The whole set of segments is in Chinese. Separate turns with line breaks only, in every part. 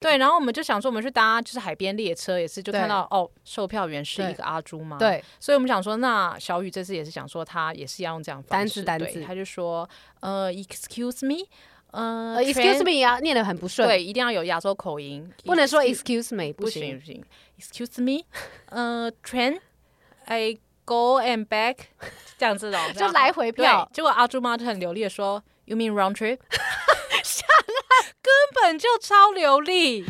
对，然后我们就想说，我们去搭就是海边列车，也是就看到哦，售票员是一个阿朱嘛，，
对，
所以我们想说，那小雨这次也是想说，他也是要用这样的方式，
单字
对
单字
他就说，呃，excuse me，呃
呃 excuse
train-
me 啊，念得很不顺，
对，一定要有亚洲口音，
不能说
excuse-
excuse me，
不
不
行
行。
不行，excuse me，呃，train，I go and back，这样子的哦，
就来回票
对结果阿朱妈就很流利的说，You mean round trip？下来，根本就超流利。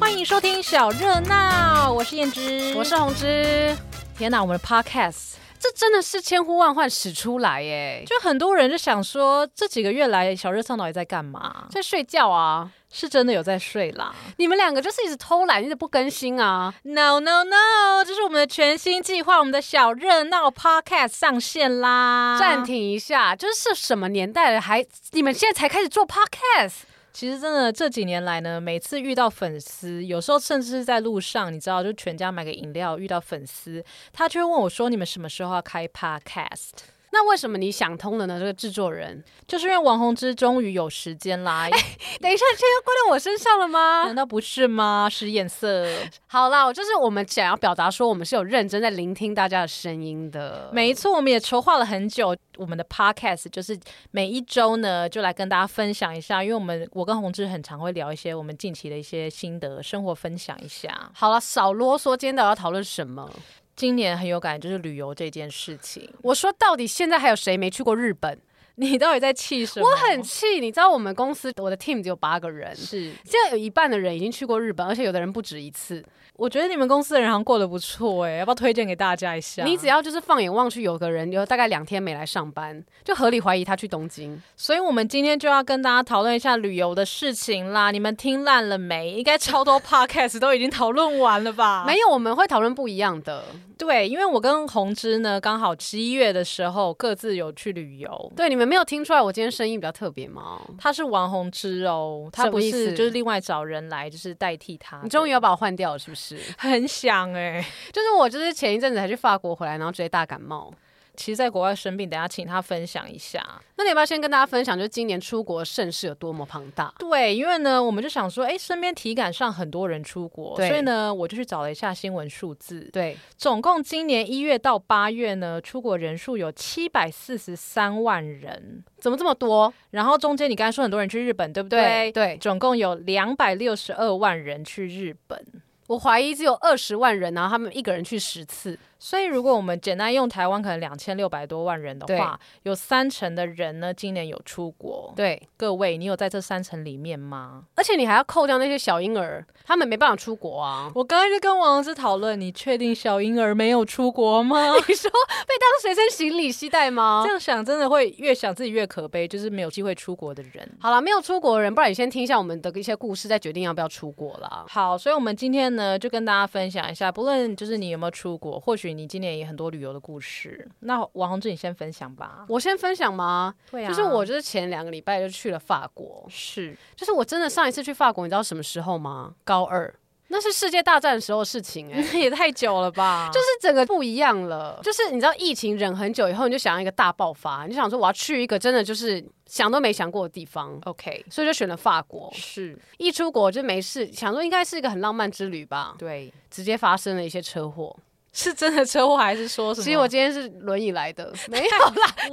欢迎收听小热闹，我是燕之，
我是红之，
天哪，我们的 podcast
这真的是千呼万唤始出来耶，
就很多人就想说，这几个月来小热唱到底在干嘛？
在睡觉啊！
是真的有在睡啦
你们两个就是一直偷懒，一直不更新啊！
？No No No，这是我们的全新计划，我们的小热闹 Podcast 上线啦！
暂。停一下，这是什么年代了？还你们现在才开始做 podcast？
其实真的这几年来呢，每次遇到粉丝，有时候甚至是在路上，你知道，就全家买个饮料遇到粉丝，他就会问我说：“你们什么时候要开 Podcast？”
那为什么你想通了呢？这个制作人，
就是因为王宏之终于有时间 啦，哎
等一下，这要怪到我身上了吗
难？道不是吗？使眼色。
好啦，我就是我们想要表达说，我们是有认真在聆听大家的声音的。
没错，我们也筹划了很久，我们的 podcast 就是每一周呢，就来跟大家分享一下，因为我们我跟宏志很常会聊一些我们近期的一些心得、生活分享一下。
好了，少啰嗦，今天到底要讨论什么？
今年很有感，就是旅游这件事情，
我说到底，现在还有谁没去过日本？
你到底在气什么？
我很气，你知道我们公司我的 team 只有八个人，
是，
现在有一半的人已经去过日本，而且有的人不止一次。
我觉得你们公司的人好像过得不错哎、要不要推荐给大家一下？
你只要就是啊放眼望去，有个人有大概两天没来上班，就合理怀疑他去东京。
所以我们今天就要跟大家讨论一下旅游的事情啦。你们听烂了没？应该超多 podcast 都已经讨论完了 吧？
没有，我们会讨论不一样的。
对，因为我跟红芝呢，刚好十一月的时候各自有去旅游。
对，你们没有听出来我今天声音比较特别吗？
他是王红芝哦，他
什
不
么意
是
思
就是另外找人来就是代替他的。
你终于要把我换掉了，是不是？
很想哎、
就是我就是前一阵子才去法国回来，然后直接大感冒。
其实在国外生病，等一下请他分享一下。
那你要不要先跟大家分享，就是今年出国盛世有多么庞大？
对，因为呢，我们就想说，哎，身边体感上很多人出国，
对
所以呢，我就去找了一下新闻数字，
对，
总共今年一月到八月呢，出国人数有七百四十三万人。
怎么这么多？
然后中间你刚才说很多人去日本，对不
对对，
总共有两百六十二万人去日本。
我怀疑只有二十万人，然后他们一个人去十次。
所以，如果我们简单用台湾可能两千六百多万人的话，有三成的人呢，今年有出国。
对，
各位，你有在这三成里面吗？
而且你还要扣掉那些小婴儿，他们没办法出国 啊。
我刚才就跟王老师讨论，你确定小婴儿没有出国吗？
你说被当随身行李携带 吗
这？样想真的会越想自己越可悲，就是没有机会出国的人。
好了，没有出国的人，不然你先听一下我们的一些故事，再决定要不要出国啦。
好，所以我们今天呢，就跟大家分享一下，不论就是你有没有出国，或许你今年也很多旅游的故事。那王宏志，你先分享吧。
我先分享吗？
对啊
就是我就是前两个礼拜就去了法国，
是
就是我真的上一次去法国，你知道什么时候吗？高二，那是世界大战的时候的事情 哎、
也太久了吧？
就是整个不一样了，就是你知道疫情忍很久以后，你就想要一个大爆发，你就想说我要去一个真的就是想都没想过的地方，
OK，
所以就选了法国。
是
一出国就没事，想说应该是一个很浪漫之旅吧，
对，
直接发生了一些车祸。
是真的车祸还是说什么？
其实我今天是轮椅来的，没有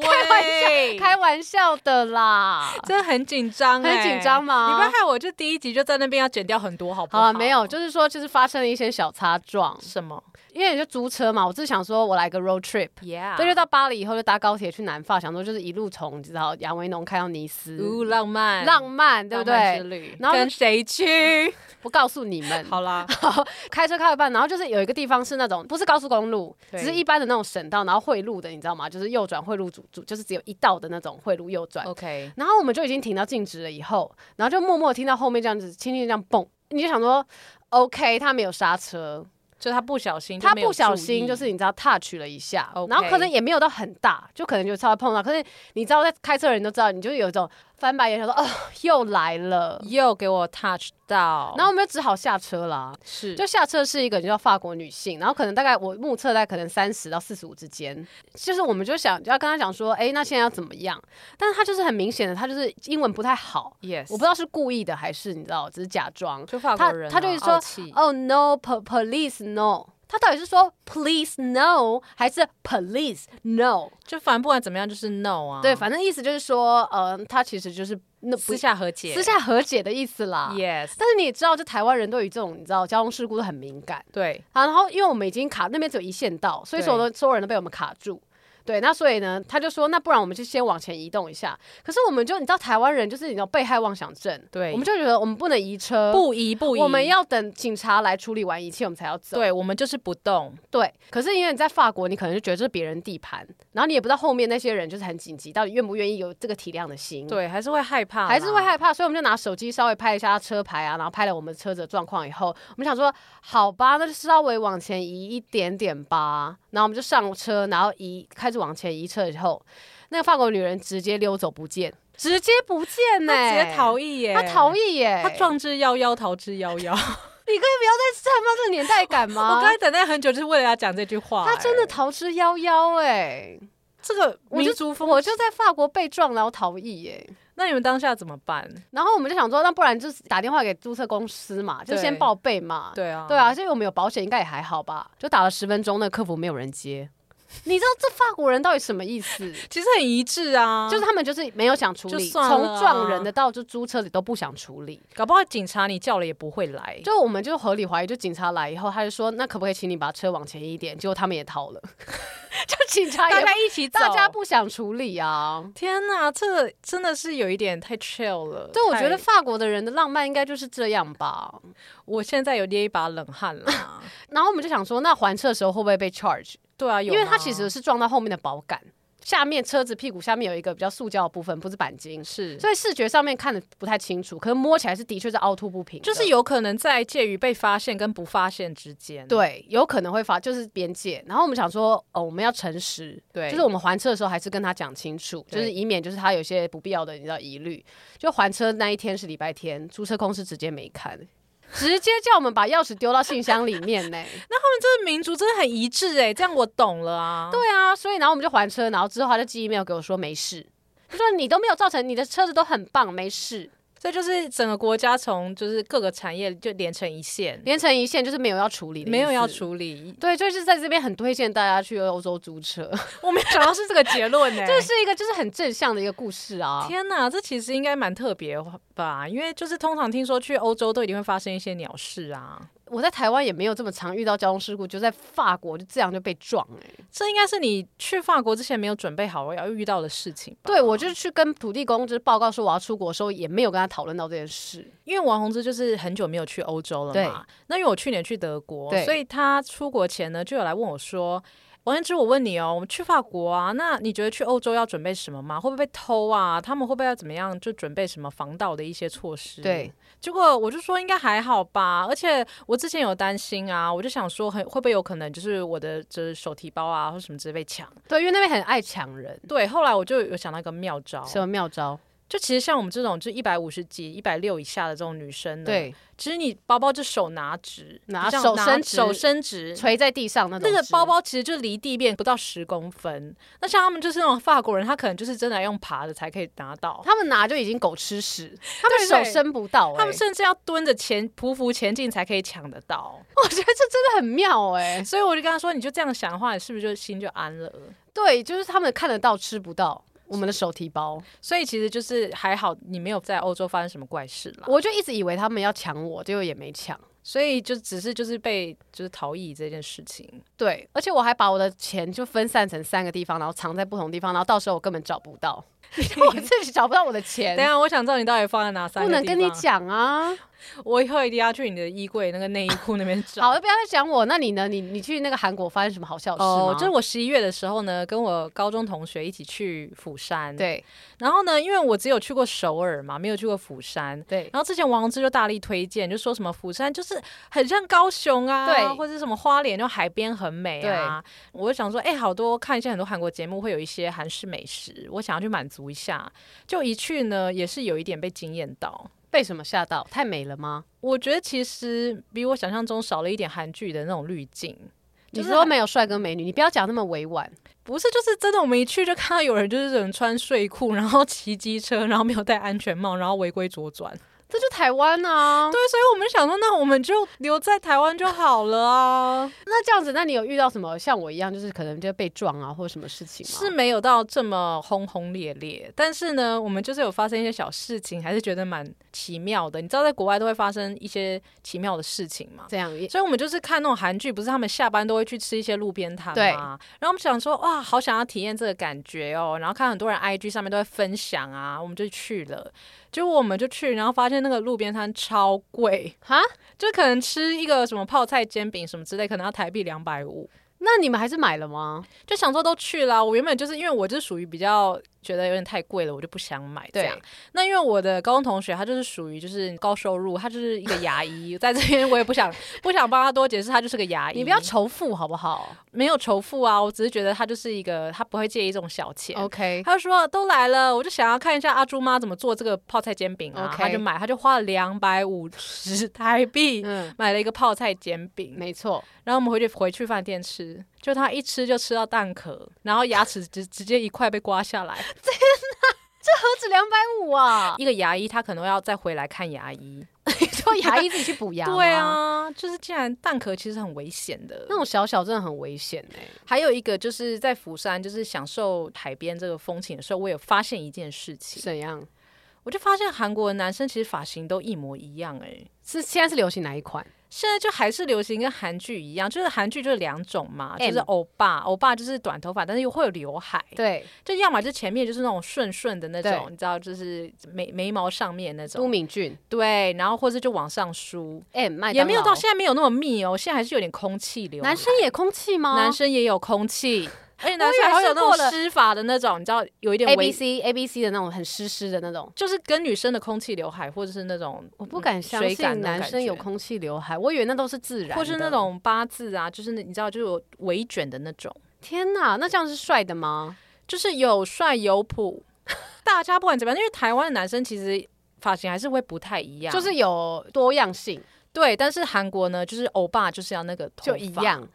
喂
开玩笑的 啦，
真的很紧张、欸
很紧张。
你不要
吗？
害我，就第一集就在那边要剪掉很多，好不
好
好？
了，没有，就是说，就是发生了一些小擦撞，
什么
因为你就租车嘛，我是想说我来个 road trip，
，Yeah，
所以就到巴黎以后就搭高铁去南法，想说就是一路从你知道亚维农开到尼斯，
呜嗯浪漫，
浪漫对不
浪漫之
对？
旅，
然后
跟谁 去？
不告诉你们，
好啦，
开车开到一半，然后就是有一个地方是那种不是高速公路，
对
只是一般的那种省道，然后汇路的，你知道吗？就是右转汇路主主，就是只有一道的那种汇路右转。
，OK，
然后我们就已经停到静止了以后，然后就默默听到后面这样子轻轻地这样蹦，你就想说，OK，他没有刹车，
就他不小心，
他不小心就是。你知道 touch 了一下
OK
然后可能也没有到很大，就可能就稍微碰到，可是你知道在开车的人都知道，你就有一种翻白眼，想说哦，又来了。
又给我 touch 到，
然后我们就只好下车啦。
是
就下车是一个你知道法国女性，然后可能大概我目测大概可能三十到四十五之间，就是我们就想就要跟她讲说，哎、那现在要怎么样？但是她就是很明显的，她就是英文不太好，
yes，
我不知道是故意的还是你知道只是假装。
就法
他
国人啊、
他就一直说
傲气
Oh no, po- police no，她到底是说 please no 还是 police no？、
就反正不管怎么样就是 no 啊，
对，反正意思就是说，呃，她其实就是那不
私下和解，
私下和解的意思啦。
yes，
但是你也知道，就台湾人对于这种你知道交通事故都很敏感
对，
啊。然后因为我们已经卡那边只有一线道，所以
对
所有的所有人都被我们卡住。对，那所以呢，他就说，那不然我们就先往前移动一下。可是我们就你知道，台湾人就是你知道被害妄想症，
对
我们就觉得我们不能移车，，
不移不移，
呃我们要等警察来处理完一切，我们才要走。
对，我们就是不动，
对，可是因为你在法国，你可能就觉得这是别人地盘，然后你也不知道后面那些人就是很紧急，到底愿不愿意有这个体谅的心。
对，还是会害怕啦，
还是会害怕，所以我们就拿手机稍微拍一下车牌啊，然后拍了我们车子的状况以后，我们想说，好吧，那就稍微往前移一点点吧。然后我们就上车，然后移开始往前移车以后，那个法国女人直接溜走不见，直接不见呢、
他直接逃逸耶，
她逃逸耶、
他撞之夭夭，逃之夭 夭。
你可以不要再散发这个年代感吗？
我刚才等待很久，就是为了要讲这句话、
她啊真的
哎
逃之夭夭哎、
这个
我就
民族风，
我就在法国被撞，然后逃逸耶、
那你们当下怎么办？
然后我们就想说，那不然就是打电话给注册公司嘛，就先
对
报备嘛。
对啊，
对，啊，所以我们有保险，应该也还好吧。就打了十分钟，那客服没有人接。你知道这法国人到底什么意思？
其实很一致 啊，
就是他们就是没有想处
就
理，从
算了啊
撞人的到就租车子都不想处理。
搞不好警察你叫了也不会来，
就我们就合理怀疑，就警察来以后，他就说那可不可以请你把车往前一点？结果他们也逃了， 就警察
大
也
家一起走
大家。不想处理啊。
天哪，这个真的是有一点太 chill 了。
对，我
太
觉得法国的人的浪漫应该就是这样吧。
我现在有捏一把冷汗 了。
然后我们就想说，那还车的时候会不会被 charge？
对啊，
因
有
为
吗
它其实是撞到后面的保杆，下面车子屁股下面有一个比较塑胶的部分，不是钣金，
是，
所以视觉上面看的不太清楚，可是摸起来是的确是凹凸不平的，
就是有可能在介于被发现跟不发现之间。
对有可能会发就是边界。然后我们想说，哦，我们要诚实，
对，
就是我们还车的时候还是跟他讲清楚，就
对
是以免就是他有些不必要的你知道疑虑。就还车那一天是礼拜天，租车公司直接没看。直接叫我们把钥匙丢到信箱里面呢、
这个民族真的很一致哎、这样我懂了啊。
对啊，所以然后我们就还车，然后之后他就寄 email 给我说没事，他说你都没有造成你的车子都很棒，没事，
这就是整个国家从就是各个产业就连成一线，
连成一线就是没有要处理的，
没有要。处理。
对，就是在这边很推荐大家去欧洲租车，
我没有想到是这个结论呢、欸
这是一个就是很正向的一个故事啊。
天哪，这其实应该蛮特别吧？因为就是通常听说去欧洲都一定会发生一些鸟事啊，
我在台湾也没有这么常遇到交通事故，就在法国就这样就被撞哎、
这应该是你去法国之前没有准备好要遇到的事情吧。
对我就是去跟土地公就是报告说我要出国的时候，也没有跟他讨论到这件事。
因为王宏之就是很久没有去欧洲了
对
嘛，那因为我去年去德国
对，
所以他出国前呢就有来问我说。王彦之，我问你哦，我们去法国啊，那你觉得去欧洲要准备什么吗？会不会被偷啊？他们会不会要怎么样？就准备什么防盗的一些措施？
对，
结果我就说应该还好吧，而且我之前有担心啊，我就想说很会不会有可能就是我的就是手提包啊或什么之类被抢。
对，因为那边很爱抢人，
对，后来我就有想到一个妙招，
什么妙招？
就其实像我们这种就一百五十几、一百六以下的这种女生呢，
对，
其实你包包就手拿直，
拿
就这样
手伸直
手伸直。
垂在地上那种
那个
直
包包其实就离地面不到十公分，那像他们就是那种法国人，他可能就是真的要用爬的才可以拿到，
他们拿就已经狗吃 屎，他们
对
手
对
伸不到、欸，
他们甚至要蹲着前匍匐前进才可以抢得到。
我觉得这真的很妙哎、
所以我就跟他说，你就这样想的话，你是不是就心就安了？
对，就是他们看得到吃不到。我们的手提包，
所以其实就是还好你没有在欧洲发生什么怪事啦，
我就一直以为他们要抢我，结果也没抢。
所以就只是就是被就是逃逸这件事情，
对，而且我还把我的钱就分散成三个地方，然后藏在不同地方，然后到时候我根本找不 到，我自己找不到我的
等一
钱。
下，我想知道你到底放在哪三
不
个
能
地
跟你
方
讲啊！
我以后一定要去你的衣柜那个内衣裤那边 找。
好，不要再讲我。那你呢？你你去那个韩国发生什么好笑的事吗？
哦，就是我十一月的时候呢，跟我高中同学一起去釜山。，
对
然后呢，因为我只有去过首尔嘛，没有去过釜山。
对
然后之前王志就大力推荐，就说什么釜山就是很像高雄啊，
对
或者什么花莲，就海边很美啊。我就想说，哎、好多看一些很多韩国节目会有一些韩式美食，我想要去满足一下。就一去呢，也是有一点被惊艳到。
被什么吓到？太美了吗？
我觉得其实比我想象中少了一点韩剧的那种滤镜。就是
你说没有帅哥美女，你不要讲那么委婉。
不是，就是真的，我们一去就看到有人就是有人穿睡裤， 然后骑机车，然后没有戴安全帽，然后违规左转。
这就台湾啊，
对，所以我们想说，那我们就留在台湾就好了啊。
那这样子，那你有遇到什么像我一样，就是可能就被撞啊，或者什么事情吗？
是没有到这么轰轰烈烈，但是呢，我们就是有发生一些小事情，还是觉得蛮奇妙的。你知道，在国外都会发生一些奇妙的事情嘛？
这样，
所以我们就是看那种韩剧，不是他们下班都会去吃一些路边摊
对
嘛？然后我们想说，哇，好想要体验这个感觉哦。然后看很多人 IG 上面都会分享啊，我们就去了。结果我们就去，然后发现那个路边摊超贵，
哈，
就可能吃一个什么泡菜煎饼什么之类，可能要台币两百五。
那你们还是买了吗？
就想说都去啦，我原本就是因为我就是属于比较觉得有点太贵了，我就不想买这样
对。
那因为我的高中同学他就是属于就是高收入，他就是一个牙医， 在这边我也不想不想帮他多解释，他就是个牙医。
你不要仇富好不好
没有仇富啊，我只是觉得他就是一个他不会介意这种小钱。
？OK，
他就说都来了，我就想要看一下阿朱妈怎么做这个泡菜煎饼啊
OK
他就买，他就花了两百五十 台币、
嗯，
买了一个泡菜煎饼，
没错，
然后我们回去回去饭店吃，就他一吃就吃到蛋壳，然后牙齿直直接一块被刮下来。
何止两百五啊！
一个牙医他可能要再回来看牙医。
你说牙医自己去补牙？
对，啊，就是既然蛋壳其实很危险的。
那种小小真的很危险哎、
还有一个就是在釜山，就是享受海边这个风情的时候，我有发现一件事情，
怎样？
我就发现韩国的男生其实发型都一模一样哎、
是现在是流行哪一款？
现在就还是流行跟韩剧一样，就是韩剧就是两种嘛，就
M
是欧巴，欧巴就是短头发，但是又会有刘海，
对，
就要么就前面就是那种顺顺的那种
对，嗯
你知道，就是眉眉毛上面那
都
种，
敏俊
对，然后或者就往上梳，
M 麦当劳
也没有到现在没有那么密哦，现在还是有点空气流。啊
男生也空气吗？
男生也有空气，而且男
我以
生
为
还是有
是过
那种
了
湿发的那种，你知道，有一点
A
微嗯
B C A B C 的那种很湿湿的那种。
就是跟女生的空气刘海或者是那种嗯
我不敢相
水感
信
那种
男生有
感觉
空气刘海，我以为那都是自然的，
或是那种八字啊，就是那你知道，就是有微卷的那种，
天哪，那这样是帅的吗？
就是有帅有普。 大家不管怎么样，因为台湾的男生其实发型还是会不太一样，
就是有多样性，
对，但是韩国呢，就是欧巴就是要那个头
就
发
一。样。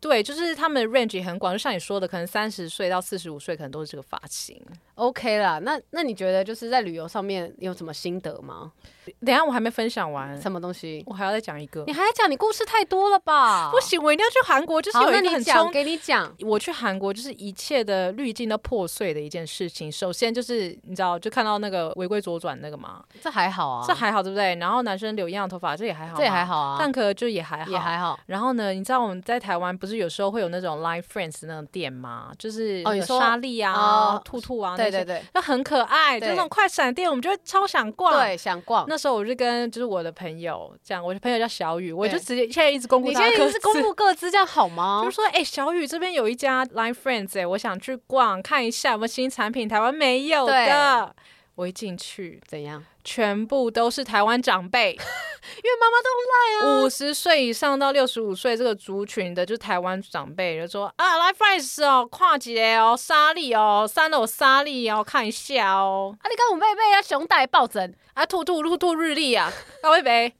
对，就是他们的 range 也很广，就像你说的，可能三十岁到四十五岁，可能都是这个发型。
OK 啦，那那你觉得就是在旅游上面有什么心得吗？
等一下我还没分享完，
什么东西？
我还要再讲一个
你。还要讲？你故事太多了吧？
不，行，我一定要去韩国，就是
好，
有
那
一个
你
很
讲，
冲。
给你讲。
我去韩国就是一切的滤镜都破碎的一件事情。首先就是你知道，就看到那个违规左转那个嘛，
这还好啊，
这还好对不对？然后男生留一样的头发，这也还好，
这也还，好啊，
蛋壳就也还好，
也还好。
然后呢，你知道我们在台湾不是有时候会有那种 Line Friends 那种店吗？就是
哦你
那个
说
莎莉啊、
哦
兔兔啊，
对对，对
那很可爱，就
对
那种快闪店，我们就会超想逛。
对，想逛。
那时候我就跟就是我的朋友讲，我的朋友叫小雨，我就
对
直接现在一直公布
你
他的
现在
各
也是公
自
布哦各自，这样好吗
就？说：“哎、小雨这边有一家 Line Friends，哎、我想去逛看一下有没有新产品，台湾没有的。”我一进去，
怎样？
全部都是台湾长辈，
因为妈妈都
五十岁以上到六十五岁这个族群的，就是台湾长辈，就说：“啊，Line Friends 哦，跨级的哦，沙粒哦，三楼沙粒哦，看一下哦，
啊，你看我妹妹啊，熊带抱枕，
啊，兔兔兔兔日历啊，高贝贝。”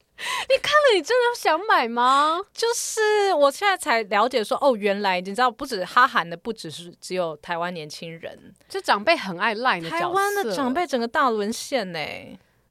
那你真的有想买吗？
就是我现在才了解说，哦，原来你知道，不止哈韩的，不只是只有台湾年轻人，
就长辈很爱赖的
台湾的
角色
长，辈整个大沦陷呢、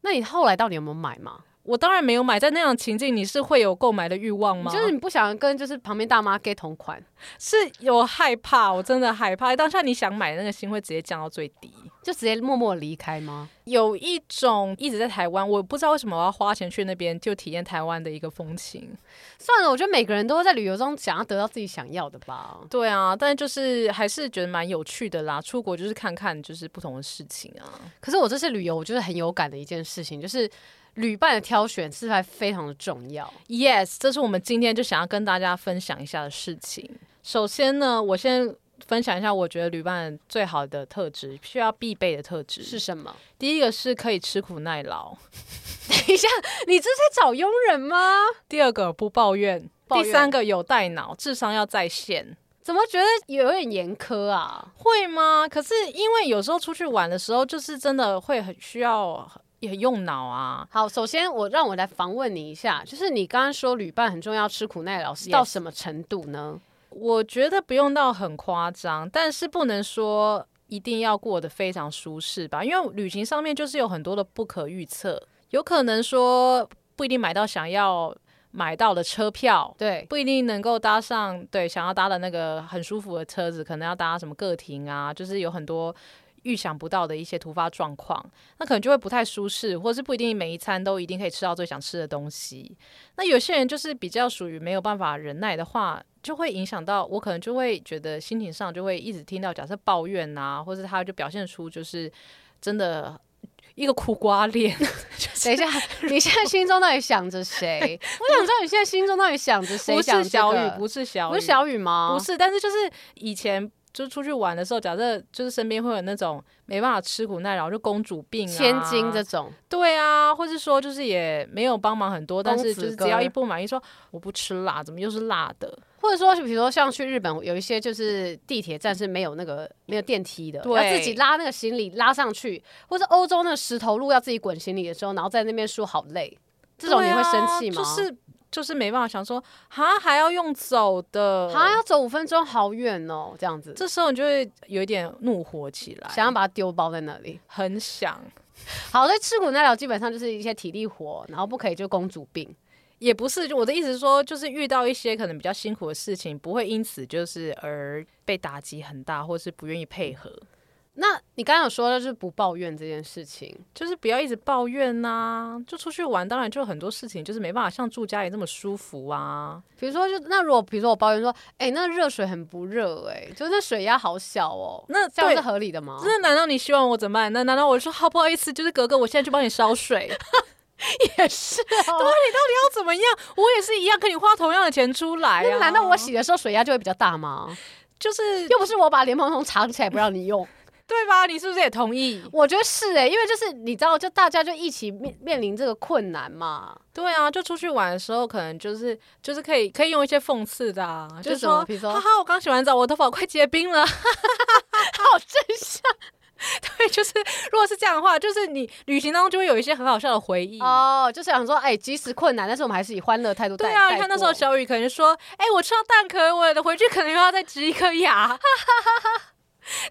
那你后来到底有没有买嘛？
我当然没有买，在那样的情境，你是会有购买的欲望
你
吗？
就是你不想跟就是旁边大妈 get 同款，
是有害怕，我真的害怕。当下你想买的那个心会直接降到最低。
就直接默默离开吗？
有一种一直在台湾，我不知道为什么我要花钱去那边，就体验台湾的一个风情。
算了，我觉得每个人都会在旅游中想要得到自己想要的吧。
对啊，但就是还是觉得蛮有趣的啦。出国就是看看就是不同的事情啊。
可是我这次旅游，我就是很有感的一件事情，就是旅伴的挑选是还非常的重要。
Yes，这是我们今天就想要跟大家分享一下的事情。首先呢，我先分享一下我觉得旅伴最好的特质，需要必备的特质
是什么？
第一个是可以吃苦耐劳，
等一下，你这是在找佣人吗？
第二个不抱怨，
抱怨
第三个有带脑，智商要在线。
怎么觉得有点严苛啊？
会吗？可是因为有时候出去玩的时候，就是真的会很需要也很用脑啊。
好，首先我让我来访问你一下，就是你刚刚说旅伴很重要，吃苦耐劳是
Yes
到什么程度呢
我觉得不用到很夸张，但是不能说一定要过得非常舒适吧，因为旅行上面就是有很多的不可预测，有可能说不一定买到想要买到的车票。
对，
不一定能够搭上对想要搭的那个很舒服的车子，可能要搭什么个停啊，就是有很多预想不到的一些突发状况，那可能就会不太舒适，或是不一定每一餐都一定可以吃到最想吃的东西。那有些人就是比较属于没有办法忍耐的话，就会影响到我，可能就会觉得心情上就会一直听到假设抱怨啊，或是他就表现出就是真的。一个苦瓜脸，
等一下，你现在心中到底想着 谁？我想知道你现在心中到底想着谁、
不
想
是
这
小
个
雨，不是小雨，
不是小雨吗？
不，是，但是就是以前就是出去玩的时候，假设就是身边会有那种没办法吃苦耐劳，就公主病、啊、
千金这，种，
对啊，或是说就是也没有帮忙很多，但是
公子
就是
哥
只要一不满意说我不吃辣，怎么又是辣的？
或者说是比如说像去日本，有一些就是地铁站是没有那个没有电梯的，
对
要自己拉那个行李拉上去，或者欧洲那个石头路要自己滚行李的时候，然后在那边说好累，这种你
对
会
啊
生气
就
吗？
是就是没办法想说，哈还要用走的，
啊，要走五分钟，好远哦，这样子，
这时候你就会有一点怒火起来，
想要把它丢包在那里。
很想。
好，所以吃苦耐劳基本上就是一些体力活，然后不可以就公主病。
也不是，就我的意思是说，就是遇到一些可能比较辛苦的事情，不会因此就是而被打击很大，或是不愿意配合，
那你刚刚有说的就是不抱怨这件事情，
就是不要一直抱怨呐、就出去玩，当然就很多事情就是没办法像住家里那么舒服啊。
比如说就那如果比如说我抱怨说，哎、那热水很不热、哎，就那水压好小哦，
那
这样
对
是合理的 吗？
那难道你希望我怎么办？那难道我说好不好意思，就是格格，我现在去帮你烧水，
也是、哦，
要怎么样？我也是一样跟你花同样的钱出来、啊。
那难道我洗的时候水压就会比较 大吗？
就是
又不是我把莲蓬头藏起来不让你用，
对吧？你是不是也同意？
我觉得是哎、因为就是你知道，就大家就一起面面临这个困难嘛，
对啊，就出去玩的时候，可能就是就是可以可以用一些讽刺的啊，就
就
是
什么
说
比如，说
哈哈，我刚洗完澡，我头发快结冰了。
好真相
对，就是如果是这样的话，就是你旅行当中就会有一些很好笑的回忆。
哦，就是想说，哎、即使困难，但是我们还是以欢乐态度带。
对啊，
带
你看那时
过
候小雨可能说：“哎、我吃到蛋壳，我的回去可能又要再植一颗牙。”哈 哈哈！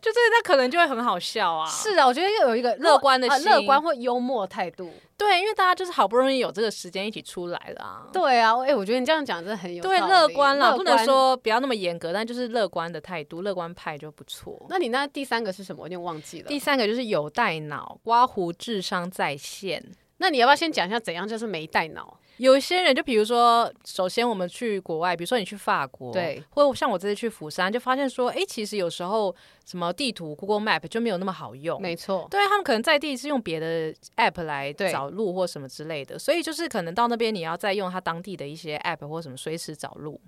就是那可能就会很好笑啊。
是啊，我觉得要有一个
乐观的
啊乐、
心嗯
观或幽默态度。
对，因为大家就是好不容易有这个时间一起出来了啊。
对啊，哎、我觉得你这样讲真的很有
对，
道理
乐观啦，
乐
不能说不要那么严格，但就是乐观的态度，乐观派就不错。
那你那第三个是什么？我有点忘记了
第。三个就是有带脑，刮胡智商在线。
那你要不要先讲一下怎样就是没带脑？
有一些人就比如说，首先我们去国外，比如说你去法国，
对，
或像我这次去釜山，就发现说，诶，其实有时候什么地图 Google Map 就没有那么好用。
没错，
对他们可能在地是用别的 app 来
对
找路或什么之类的，所以就是可能到那边你要再用他当地的一些 app 或什么随时找路。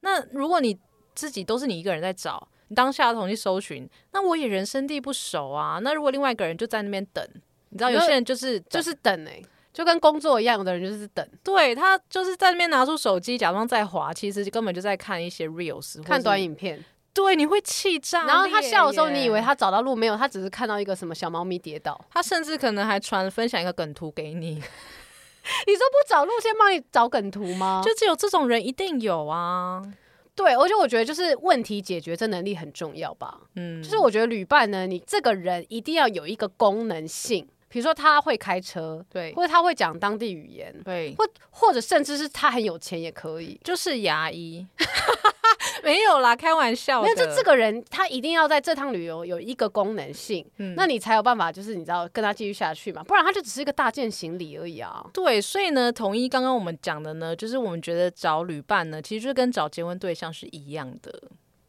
那如果你自己都是你一个人在找，你当下统计搜寻，那我也人生地不熟啊。那如果另外一个人就在那边等，你知道
你
有
说
些人就是
就
就是
是等哎、就跟工作一样，有的人就是等，
对他就是在那边拿出手机假装在滑，其实根本就在看一些 reels 或
看
是
短，影片，
对，你会气炸裂耶。
然后他笑的时候，你以为他找到路没有？他只是看到一个什么小猫咪跌倒。
他甚至可能还传分享一个梗图给你。
你说不找路，先帮你找梗图吗？
就只有这种人一定有啊。
对，而且我觉得就是问题解决这能力很重要吧。
嗯，
就是我觉得旅伴呢，你这个人一定要有一个功能性，比如说他会开车，
对
或者他会讲当地语言，
对，
或或者甚至是他很有钱也可以。
就是牙 医，没有啦，开玩笑的。
没有，就这个人他一定要在这趟旅游有一个功能性，
嗯
那你才有办法，就是你知道跟他继续下去嘛，不然他就只是一个大件行李而已啊。
对，所以呢，统一刚刚我们讲的呢，就是我们觉得找旅伴呢，其实就跟找结婚对象是一样的。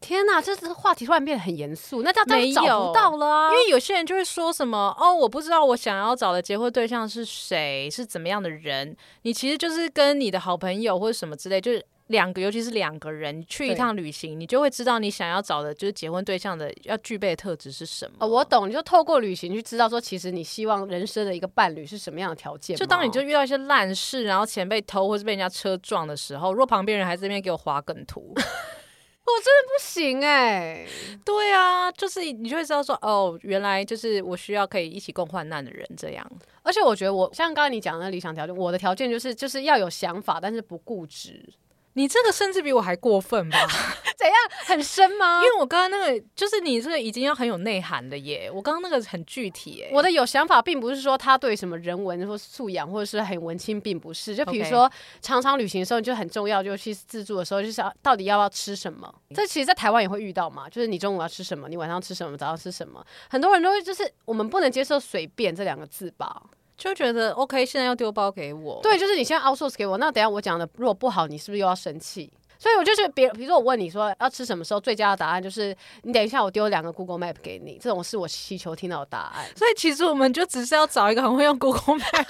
天哪，这是话题突然变得很严肃，那这样当然
没
找
有
不到了啊
因。为有些人就会说什么哦，我不知道我想要找的结婚对象是谁，是怎么样的人。你其实就是跟你的好朋友或者什么之类，就是两个，尤其是两个人去一
对
趟旅行，你就会知道你想要找的就是结婚对象的要具备的特质是什么。
哦，我懂，你就透过旅行去知道说，其实你希望人生的一个伴侣是什么样的条件吗。
就当你就遇到一些烂事，然后钱被偷或是被人家车撞的时候，若旁边人还在那边给我划梗 图，
不行哎、
对啊，就是你就会知道说，哦，原来就是我需要可以一起共患难的人这样。
而且我觉得我像刚才你讲的那理想条件，我的条件就是就是要有想法，但是不固执。
你这个甚至比我还过分吧？
怎样？很深 吗
因？为我刚刚那个就是你这个已经要很有内涵的耶，我刚刚那个很具体耶。
我的有想法，并不是说他对什么人文或素养，或者是很文青，并不是。就比如
OK
说常常旅行的时候，你就很重要，就去自助的时候，就是要到底要不要吃什么。这其实，在台湾也会遇到嘛，就是你中午要吃什么，你晚上吃什么，早上吃什么，很多人都会就是我们不能接受随便这两个字吧。
就觉得 OK，现在要丢包给我。
对，就是你现在 outsource 给我，那等一下我讲的如果不好，你是不是又要生气？所以我就觉得别，比如说我问你说要吃什么时候，最佳的答案就是你等一下我丢两个 Google Map 给你，这种是我祈求听到的答案。
所以其实我们就只是要找一个很会用 Google Map，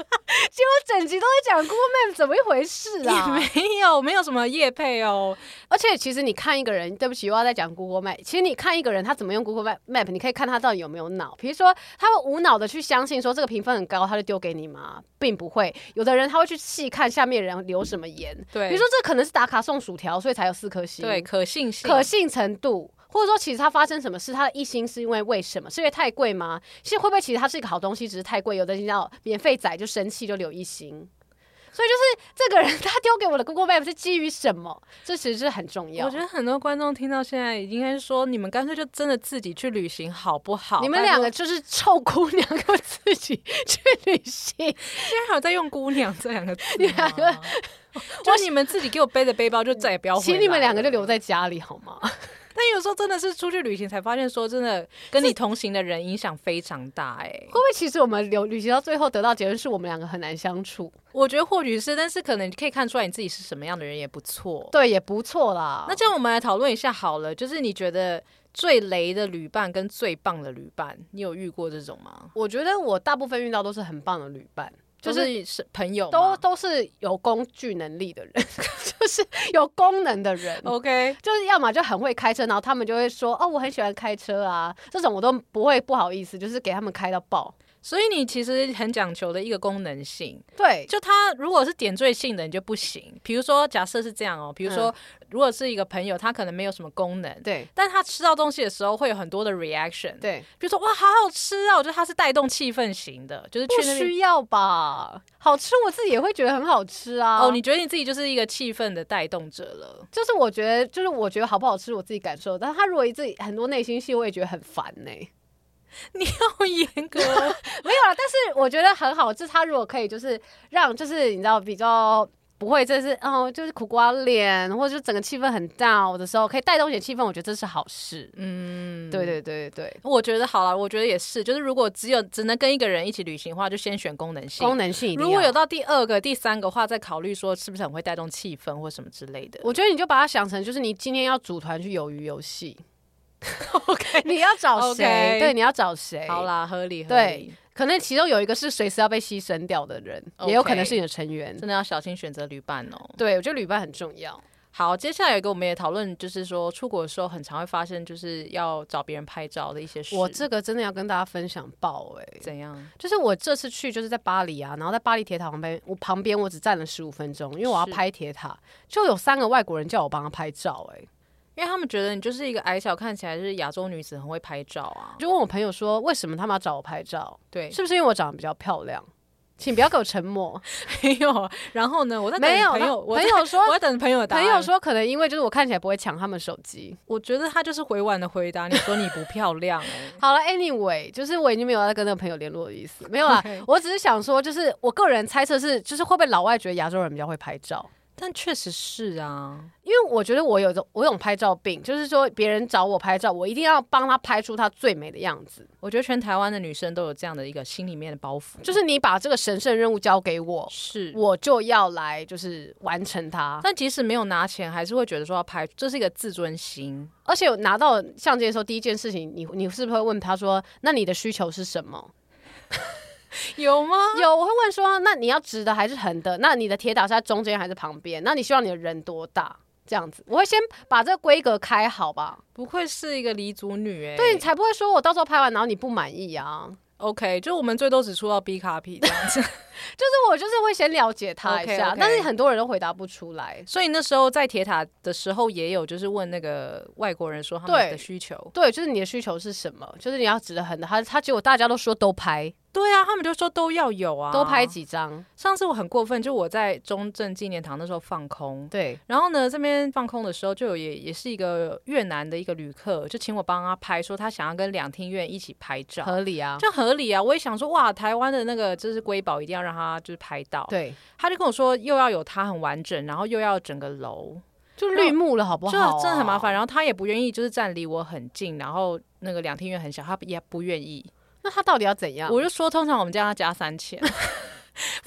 我整集都在讲 Google Map 怎么一回事
也
啊！
没有没有什么业配哦。
而且其实你看一个人，对不起，又要再讲 Google Map。其实你看一个人他怎么用 Google Map Map，你可以看他到底有没有脑。比如说，他会无脑的去相信说这个评分很高，他就丢给你吗？并不会。有的人他会去细看下面人留什么言，
对，
比如说这可能是打卡送薯条，所以才有四颗星。
对，可信性，
可信程度，或者说其实它发生什么事，它的一心是因为为什么？是因为太贵吗？其实会不会其实它是一个好东西，只是太贵？有的人要免费仔就生气，就留一心。所以就是这个人他丢给我的 Google Map 是基于什么？这其实是很重要。
我觉得很多观众听到现在，应该是说你们干脆就真的自己去旅行好不好？
你们
拜
两
托
个就是臭姑娘，跟自己去旅 行。
现在还有在用“姑娘”这两个字
你
吗
两个？
就你们自己给 我背的背包，就再也不要回来。
请你们两个就留。在家里好吗？
但有时候真的是出去旅行才发现，说真的，跟你同行的人影响非常大、哎，
会不会其实我们留旅行到最后得到结论是我们两个很难相处？
我觉得或许是，但是可能可以看出来你自己是什么样的人也不错。
对，也不错啦。
那这样我们来讨论一下好了，就是你觉得最雷的旅伴跟最棒的旅伴，你有遇过这种吗？
我觉得我大部分遇到都是很棒的旅伴，就
就是是是朋友
都
吗
都是有工具能力的人， 就是有功能的人。
OK，
就是要么就很会开车，然后他们就会说哦，我很喜欢开车啊，这种我都不会不好意思，就是给他们开到爆。
所以你其实很讲求的一个功能性，
对，
就他如果是点缀性的，你就不行。比如说，假设是这样哦、比如说，如果是一个朋友，他可能没有什么功能，
嗯对
但他吃到东西的时候会有很多的 reaction，，
对，
比如说哇，好好吃啊！我觉得他是带动气氛型的，就是去
不
那边。
需要吧？好吃我自己也会觉得很好吃啊。
哦，你觉得你自己就是一个气氛的带动者 了？
就是我觉得，就是我觉得好不好吃我自己感受，但是他如果自己很多内心戏，我也觉得很烦呢、
你好严格哦，
没有啦，但是我觉得很好，就是他如果可以，就是让就是你知道比较不会，就是哦，就是苦瓜脸，或者就整个气氛很 down 的时候，可以带动一点气氛，我觉得这是好事。
嗯，
对。对对对，
我觉得好了，我觉得也是，就是如果只有只能跟一个人一起旅行的话，就先选功能性。
功能性一定
如果
要
有，到第二个、第三个话，再考虑说是不是很会带动气氛或什么之类的。
我觉得你就把它想成就是你今天要组团去鱿鱼游 戏，
OK，
你要找
OK
谁？对，你要找谁？
好，啦，合理合理。
对可能其中有一个是随时要被牺牲掉的人，也有可能
OK
是你的成员。
真的要小心选择旅伴哦。
对，我觉得旅伴很重要。
好，接下来有一个我们也讨论，就是说出国的时候很常会发生，就是要找别人拍照的一些事。
我这个真的要跟大家分享爆哎、
怎样？
就是我这次去就是在巴黎啊，然后在巴黎铁塔旁边，我旁边我只站了十五分钟，因为我要
是
拍铁塔，就有三个外国人叫我帮他拍照、欸，哎，
因为他们觉得你就是一个矮小，看起来就是亚洲女子，很会拍照啊。
就问我朋友说为什么他们要找我拍照，
对，
是不是因为我长得比较漂亮？请不要给我沉默。
没 有。然后呢，我在等
没有
朋友，
他
我
朋
在
友 说
我在等朋友的答
朋
案。
友，说可能因为就是我看起来不会抢他们手机。
我觉得他就是委婉的回答，你说你不漂亮、哎
好了，anyway，就是我已经没有要再跟那个朋友联络的 意思，没有啦
OK。
我只是想说，就是我个人猜测是，就是会不会老外觉得亚洲人比较会拍照？
但确实是啊，
因为我觉得我有一种我有种拍照病，就是说别人找我拍照，我一定要帮他拍出他最美的样子。
我觉得全台湾的女生都有这样的一个心里面的包袱，
就是你把这个神圣任务交给我，
是
我就要来就是完成它。
但即使没有拿钱，还是会觉得说要拍，这是一个自尊心。
而且我拿到相机的时候，第一件事情，你你是不是会问他说，那你的需求是什么？
有吗？
有，我会问说，那你要直的还是横的？那你的铁打是在中间还是旁边？那你希望你的人多大？这样子，我会先把这个规格开好吧，
不愧是一个黎族女哎、
对你才不会说我到时候拍完然后你不满意啊。
，OK，就我们最多只出到 B 卡 P 这 样子。
就是我就是会先了解他一下
OK，OK
但是很多人都回答不出来。
所以那时候在铁塔的时候，也有就是问那个外国人说他们
对
的需求。
对，就是你的需求是什么？就是你要指的很的，他他结果大家都说都拍，
对啊，他们就说都要有啊，
都拍几张。
上次我很过分，就我在中正纪念堂那时候放空，
对，
然后呢这边放空的时候，就有也也是一个越南的一个旅客，就请我帮他拍，说他想要跟两厅院一起拍照，
合理啊。
这样合理啊！我也想说，哇，台湾的那个就是瑰宝，一定要让他就是拍到。，
对，
他就跟我说，又要有它很完整，然后又要整个楼，
就绿幕了，好不
这
好、啊？
真的很麻烦。。然后他也不愿意，就是站离我很近，然后那个两厅院很小，他也不愿意。
那他到底要怎样？
我就说，通常我们家要加三千。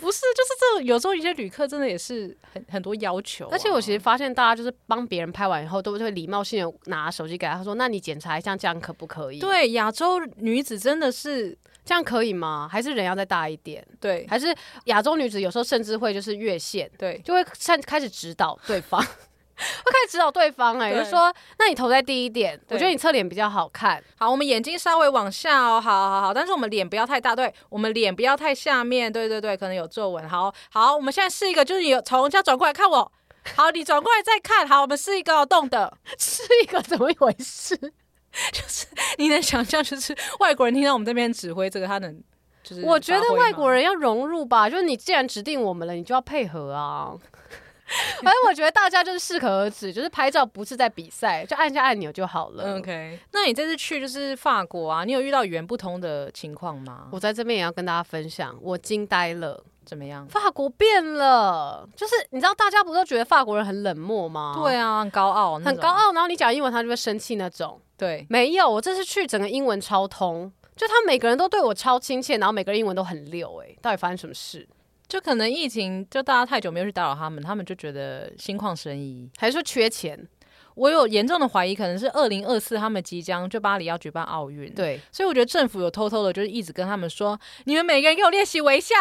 不是，就是这有时候一些旅客真的也是很很多要求啊、
而且我其实发现，大家就是帮别人拍完以后，都会礼貌性的拿手机给他，他说：“那你检查一下，这样可不可以？，
对亚洲女子真的是
这样可以吗？还是人要再大一点？
对
还是亚洲女子有时候甚至会就是越线，
对
就会开开始指导 对方，会开始指导对方、哎，
对
就说那你头在第一点，我
对
觉得你侧脸比较好看，
好，我们眼睛稍微往下哦，好好好，但是我们脸不要太大，对，我们脸不要太下面，对对对，可能有皱纹。好好，我们现在试一个，就是有从这样转过来看我，好，你转过来再看，好，我们试一个、哦、动的。
是一个怎么一回事？
你能想象，就是外国人听到我们这边指挥这个，他能就是
我觉
发
得
挥
外
吗
国人要融入吧，就是你既然指定我们了，你就要配合啊。 反正我觉得大家就是适可而止，就是拍照不是在比赛，就按下按钮就好了。
OK，那你这次去就是法国啊，你有遇到语言不通的情况吗？
我在这边也要跟大家分享，我惊呆了，
怎么样？
法国变了，就是你知道大家不都觉得法国人很冷漠吗？
对，啊，很高傲，那
很
种
高。傲，然后你讲英文他就会生气那种。
对，
没有，我这次去整个英文超通，就他每个人都对我超亲切，然后每个人英文都很溜、欸，到底发生什么事？
就可能疫情，就大家太久没有去打扰他们，他们就觉得心旷神怡。
还是说缺钱？
我有严重的怀疑，可能是二零二四他们即将就巴黎要举办奥运，，
对，
所以我觉得政府有偷偷的，就是一直跟他们说，你们每个人给我练习微 笑，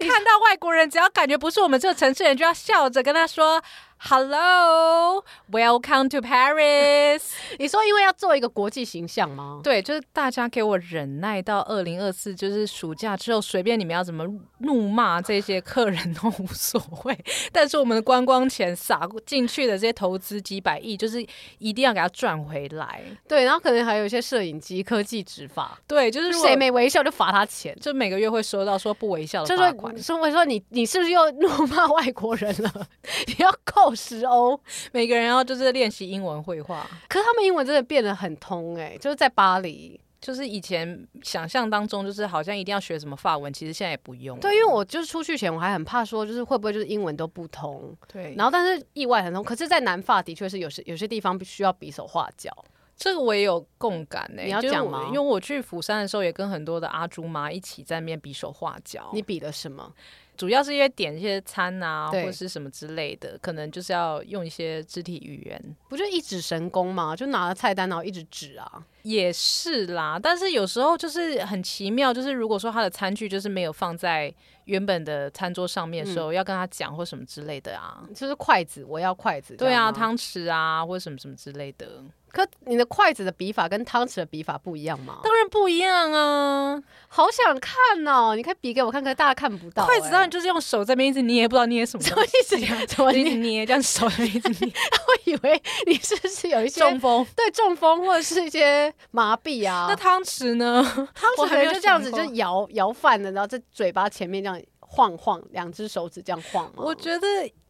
看到外国人只要感觉不是我们这个城市人，就要笑着跟他说 “Hello, welcome to Paris”。
你说因为要做一个国际形象吗？
对，就是大家给我忍耐到二零二四，就是暑假之后，随便你们要怎么怒骂这些客人都无所谓。但是我们的观光钱撒进去的这些投资几百亿，就是一定要给它赚回来。
对，然后可能还有一些摄影机、科技执法，
对，就是如果
谁没微笑就罚他钱。
就每个月会收到说不微笑
就
的罚款
是，说，我说你你是不是又怒骂外国人了？ 你要扣十欧。
每个人要就是练习英文绘画，
可是他们英文真的变得很通哎、就是在巴黎。
就是以前想象当中就是好像一定要学什么法文，其实现在也不用了。
对，因为我就是出去前我还很怕说，就是会不会就是英文都不通，
对，然后
然后但是意外很痛，可是，在南法的确是有些有些地方必须要比手画脚。
这个我也有共感呢、
你要
就是
讲
我
吗
因为我去釜山的时候也跟很多的阿猪妈一起在那边比手画脚，
你比了什么？
主要是因为点一些餐啊
对
或是什么之类的，可能就是要用一些肢体语言。
不就一指神功吗？就拿了菜单然后一直指啊。
也是啦，但是有时候就是很奇妙，就是如果说他的餐具就是没有放在原本的餐桌上面的
嗯
时候，要跟他讲或什么之类的啊，
就是筷子，我要筷子。
对啊，
这样吗哦
汤匙啊或什么什么之类的，
可你的筷子的比法跟汤匙的比法不一样吗？
当然不一样啊。
好想看哦，你可以比给我看，可是大家看不到、
筷子当 然
哎
就是用手在那边一直捏，不知道捏 什么东西，
怎么一直怎么
就一直
你
捏，这样手在那边一 直捏。
会以为你是不是有一些
中风。
对中风或者是一些麻痹啊？
那汤匙呢？汤
我可能就这样子就摇摇饭的，然后在嘴巴前面这样晃晃，两只手指这样晃嘛。
我觉得。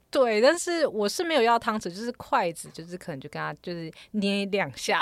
对，但是我是没有要汤匙，就是筷子，就是可能就跟他就是捏两下，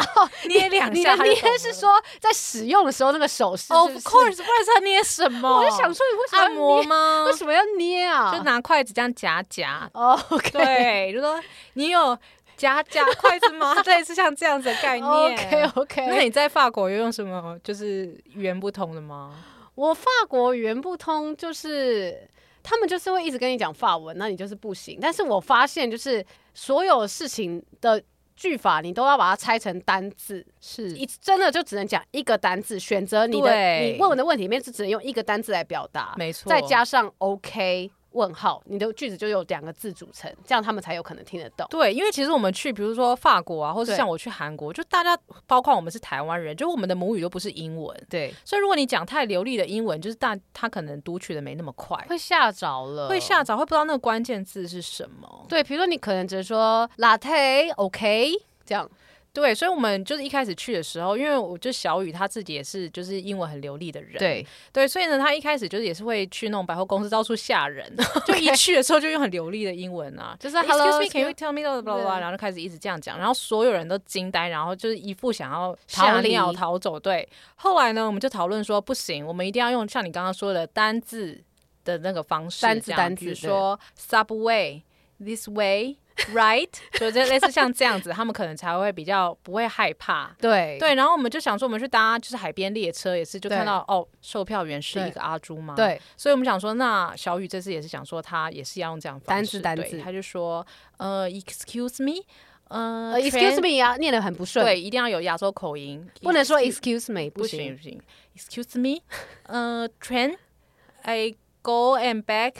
捏两
你
下
的
它就
捏
缝
是
了哦
说在使用的时候那个手势
，Of
是不是
course，不然他捏什么？
我就想说你为什么要
按摩
捏
吗
为？什么要捏啊？
就拿筷子这样夹夹，
哦 ，OK，
对，就说你有夹夹筷子 吗？类似像这样子的概念。
OK OK，
那你在法国有用什么就是语言不同的吗？
我法国语言不通，就是他们就是会一直跟你讲法文，那你就是不行。但是我发现，就是所有事情的句法，你都要把它拆成单字，
是
一真的就只能讲一个单字，选择你的
对
你问我的问题里面是只能用一个单字来表达，
没错，
再加上 OK 问号，你的句子就有两个字组成，这样他们才有可能听得懂。
对，因为其实我们去，比如说法国啊，或是
对
像我去韩国，就大家包括我们是台湾人，就我们的母语都不是英文，
对，
所以如果你讲太流利的英文，就是大他可能读取的没那么快，
会呃吓着了，
会吓着，会不知道那个关键字是什么。
对，比如说你可能只是说 latte OK 这样，
对，所以我们就是一开始去的时候，因为我就小雨他自己也是就是英文很流利的人，
对，
对所以呢，他一开始就是也是会去那种百货公司到处吓 人，就一去的时候就用很流利的英文啊。
就是
Excuse
Hello
me, can you tell me blah blah blah？
对
然后就开始一直这样讲，然后所有人都惊呆，然后就是一副想要
逃
逃
离
鸟逃走。对，后来呢，我们就讨论说，不行，我们一定要用像你刚刚说的单字的那个方式，
单字
这样
单字
比如说 subway this way right，就这类似像这样子，他们可能才会比较不会害怕。
对
对，然后我们就想说，我们去搭就是海边列车，也是就
对
看到哦，售票员是
对
一个阿朱嘛，，
对
所以我们想说，那小雨这次也是想说，他也是要用这样的方
单
式
字单
对
字
他就说，呃，excuse me，呃
呃，excuse
trans-
me 啊，念得很不顺，
对，一定要有亚洲口音，
不能说
excuse-
excuse me，
不
不
行
行。
不行，excuse me，呃，train，I go and back，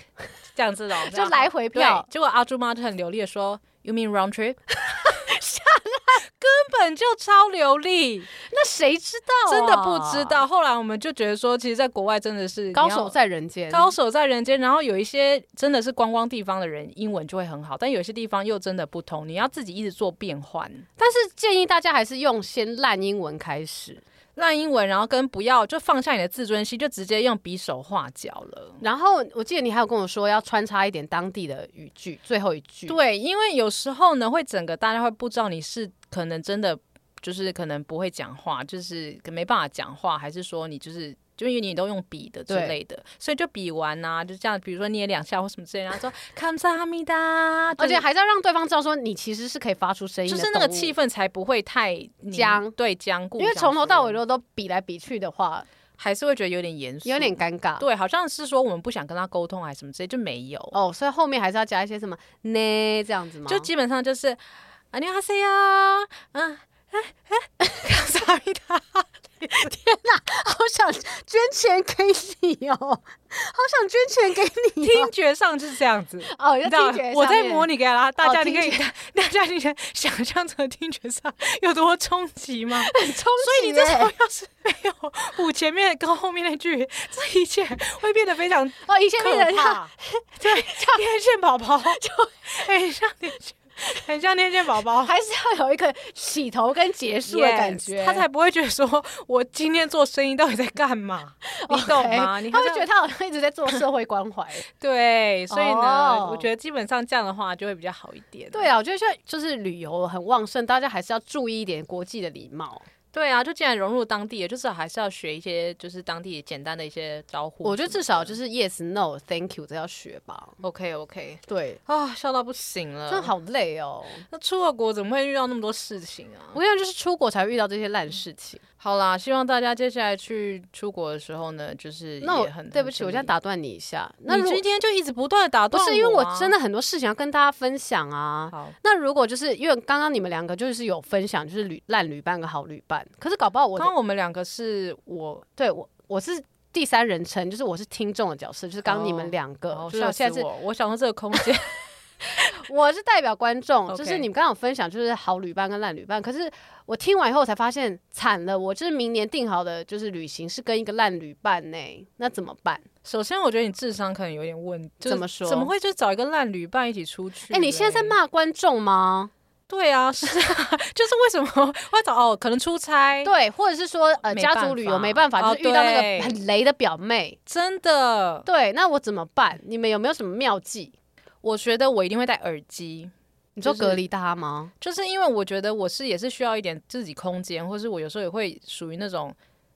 这 样子的哦，这
就
样
来回票
对，结果阿朱妈就很流利的说，You mean round trip？下 来根本就超流利。
那谁知道啊？
真的不知道。后来我们就觉得说，其实，在国外真的是
高
你要
手在人间。
高手在人间。然后有一些真的是观光地方的人，英文就会很好，但有些地方又真的不通，你要自己一直做变换。
但是建议大家还是用先烂英文开始，
烂英文，然后跟不要就放下你的自尊心，就直接用匕首画脚了。
然后我记得你还有跟我说要穿插一点当地的语句，最后一句。
对，因为有时候呢，会整个大家会不知道你是可能真的就是可能不会讲话，就是没办法讲话，还是说你就是。就因为你都用比的之
对
类的，所以就比完呐、就这样，比如说捏两下或什么之类的，然后说 “come s a m i d a
而且还是要让对方知道说你其实是可以发出声音
就
的，
是那个气，氛才不会太凝
僵
对僵固，
因为从头到
僵
尾如
固
果都比来比去的话，
还是会觉得有点严肃，
有点尴尬。
对，好像是说我们不想跟他沟通还是什么之类，就没有，
哦，所以后面还是要加一些什么呢这样子吗？
就基本上就是안녕하세요，嗯，s 哎 a m i d a
好想捐钱给你哦，好想捐钱给 你哦
听觉上就是这样子。
哦，
你
要
知道
听觉，
我在模
拟。
拟给大家，大家
哦
你可以， 大家你可以想象成听觉上有多冲击吗？所
冲
以你
击欸
这时
耶
候要是没有补前面跟后面那句，这一切会变得非 常
哦，一切变
可
成像
怕。对，天线宝宝就很像天线，很像天线宝宝。
还是要有一个起头跟结束的感
Yes，
觉
他才不会觉得说我今天做生意到底在干 嘛，你
OK
懂吗？你
他
还
会
是
觉得他好像一直在做社会 关怀。
对，所以呢
哦
我觉得基本上这样的话就会比较好一点。
对啊，我觉得现在就是旅游很旺盛，大家还是要注意一点国际的礼貌。
对啊，就既然融入当地，就是还是要学一些就是当地简单的一些招呼什么的。
我觉得至少就是 yes no thank you 这要学吧。
OK OK
对，
啊，笑到不行了，
真的。好累哦。
那出了国怎么会遇到那么多事情啊？
我跟你讲，就是出国才会遇到这些烂事情。
好啦，希望大家接下来去出国的时候呢，就是
那
嗯
我
也很
对不起，我现在。
很顺利
打断你一下。那
那
如
你今天就一直不断的打
不
断
是因为我
啊
真的很多事情要跟大家分享啊。
好，
那如果就是因为刚刚你们两个就是有分享，就是旅烂旅伴跟好旅伴，可是搞不好我
刚
的
刚我们两个是我，
对我我是第三人称，就是我是听众的角色，就是刚刚你
哦
们两个，
哦
就是
吓
我现
死
在是
我！我想说这个空间
我是代表观众
OK
就是你们刚刚有分享就是好旅伴跟烂旅伴，可是我听完以后我才发现惨了，我就是明年定好的就是旅行是跟一个烂旅伴呢、那怎么办？
首先我觉得你智商可能有点问，就是
怎么说
怎么会就找一个烂旅伴一起出去
哎、
嘞？
你现在在骂观众吗？
对啊，是啊， 就是为什么会找哦？可能出差，
对，或者是说呃
没
家
办
族旅游
法
没办法，
哦
就是遇到那
对
个很雷的表妹。
真的，
对，那我怎么办？你们有没有什么妙计？
我觉得我一定会戴耳机，
你说
就是
隔离它吗？
就是因为我觉得我是也是需要一点自己空间，或是我有时候也会属于那种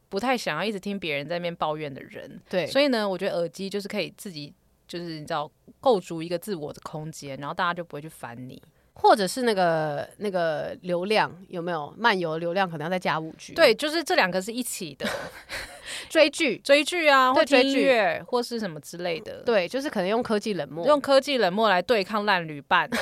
不太想要一直听别人在那边抱怨的人，
对，
所以呢，我觉得耳机就是可以自己就是你知道构筑一个自我的空间，然后大家就不会去烦你。
或者是那个那个流量有没有漫游流量可能要再加五 G？
对，，就是这两个是一起的，
追剧，
追剧 啊，或
对追
听音
剧
乐或是什么之类的，
对，就是可能用科技冷漠。
用科技冷漠来对抗烂旅伴。
嗯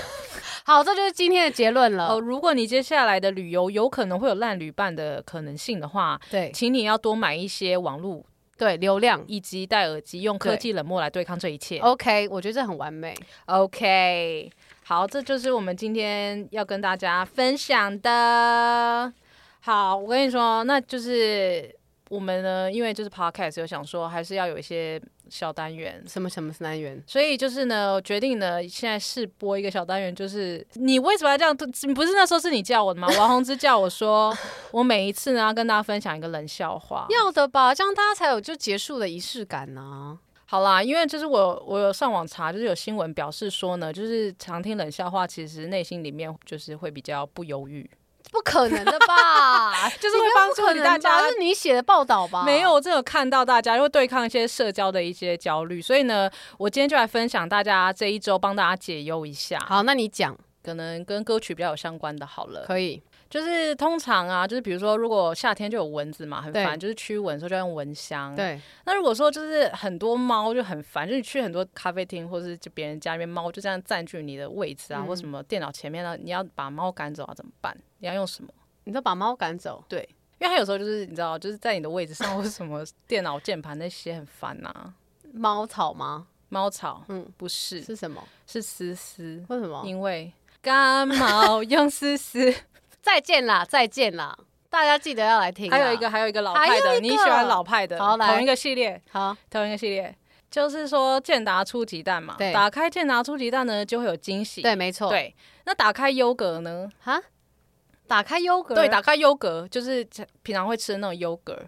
好，这就是今天的结论了。
呃，如果你接下来的旅游有可能会有烂旅伴的可能性的话，
对
请你要多买一些网络
对，流量。
以及戴耳机，用科
对哦
技冷漠来对抗这一切。
OK，我觉得这很完美。
OK，好，这就是我们今天要跟大家分享的。好，我跟你说，那就是我们呢，因为就是 Podcast 有想说，还是要有一些小单元。
什么什么男人？
所以就是呢，决定呢，现在试播一个小单元，就是你为什么要这样？你不是那时候是你叫我的吗？王宏之叫我说，我每一次呢要跟大家分享一个冷笑 话。
要的吧，这样大家才有就结束的仪式感呢、
好啦，因为就是我我有上网查，就是有新闻表示说呢，就是常听冷笑话，其实内心里面就是会比较不犹豫，
不可能的 吧？
就是会帮助你大家
这。是你写的报道吧？
没有，，我真的有看到大家会对抗一些社交的一些焦虑，所以呢，我今天就来分享大家这一周帮大家解忧一下，
好，那你讲
可能跟歌曲比较有相关的。好了，
可以。
就是通常啊，就是比如说，如果夏天就有蚊子嘛，很
对
烦，就是驱蚊的时候就要用蚊香。
对，
那如果说就是很多猫就很烦，就是你去很多咖啡厅或是就别人家里面猫就这样占据你的位置啊，
嗯
或什么电脑前面呢，你要把猫赶走啊，怎么办？你要用什么？
你都把猫赶走，
因为它有时候就是你知道，就是在你的位置上或是什么 电脑键盘那些很烦呐、
猫草吗？
猫草，嗯
嗯，
不是，
是哦什么？
是思思，
为什么？
因为感冒用思思。
再见啦，再见啦，大家记得要来 听啦。啊
还有一个，还有一个老派
还有
的，
一
你
个
喜欢老派的，
好来
同一个系列，
好，
同一个系列，就是说健达出鸡蛋嘛。
对
打开健达出鸡蛋呢，就会有惊喜。
对，没错，
对，那打开优格呢？
哈，打开优格，
对，打开优格就是平常会吃的那种优格，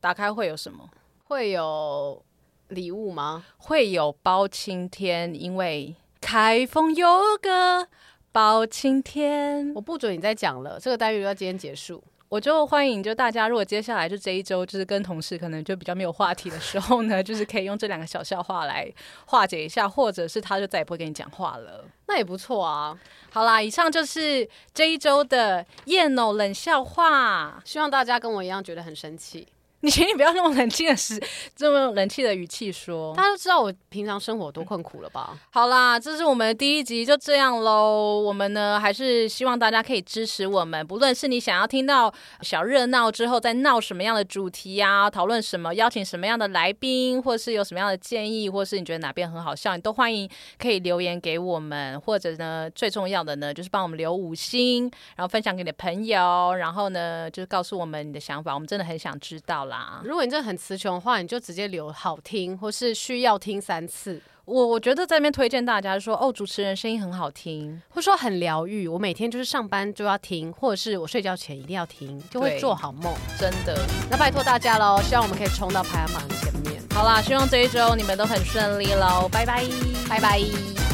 打开会有什么？
会有礼物吗？
会有包青天，因为开封优格包青天。
我不准你再讲了，这个单元要今天结束。
我就欢迎就大家，如果接下来就这一周就是跟同事可能就比较没有话题的时候呢， 就是可以用这两个小笑话来化解一下，或者是他就再也不会跟你讲话了。
那也不错啊，
好啦，以上就是这一周的夜偶冷笑话。
希望大家跟我一样觉得很生气。
你请你不要用冷气的时，这么用冷气的语气说
大。家都知道我平常生活多困苦了吧？
好啦，这是我们的第一集，就这样喽。我们呢，还是希望大家可以支持我们，不论是你想要听到小热闹之后再闹什么样的主题啊，讨论什么，邀请什么样的来宾，或是有什么样的建议，或是你觉得哪边很好笑，你都欢迎可以留言给我们，或者呢，最重要的呢，就是帮我们留五星，然后分享给你的朋友，然后呢，就是告诉我们你的想法，我们真的很想知道啦。
如果你真的很词穷的话，你就直接留好听，或是需要听三次，
我我觉得在那边推荐大家说，哦，主持人声音很好听，
或说很疗愈。我每天就是上班就要听，或者是我睡觉前一定要听，就
对
会做好梦。
真的。
那拜托大家喽，希望我们可以冲到排行榜前面。
好啦，希望这一周你们都很顺利喽，拜拜，
拜拜。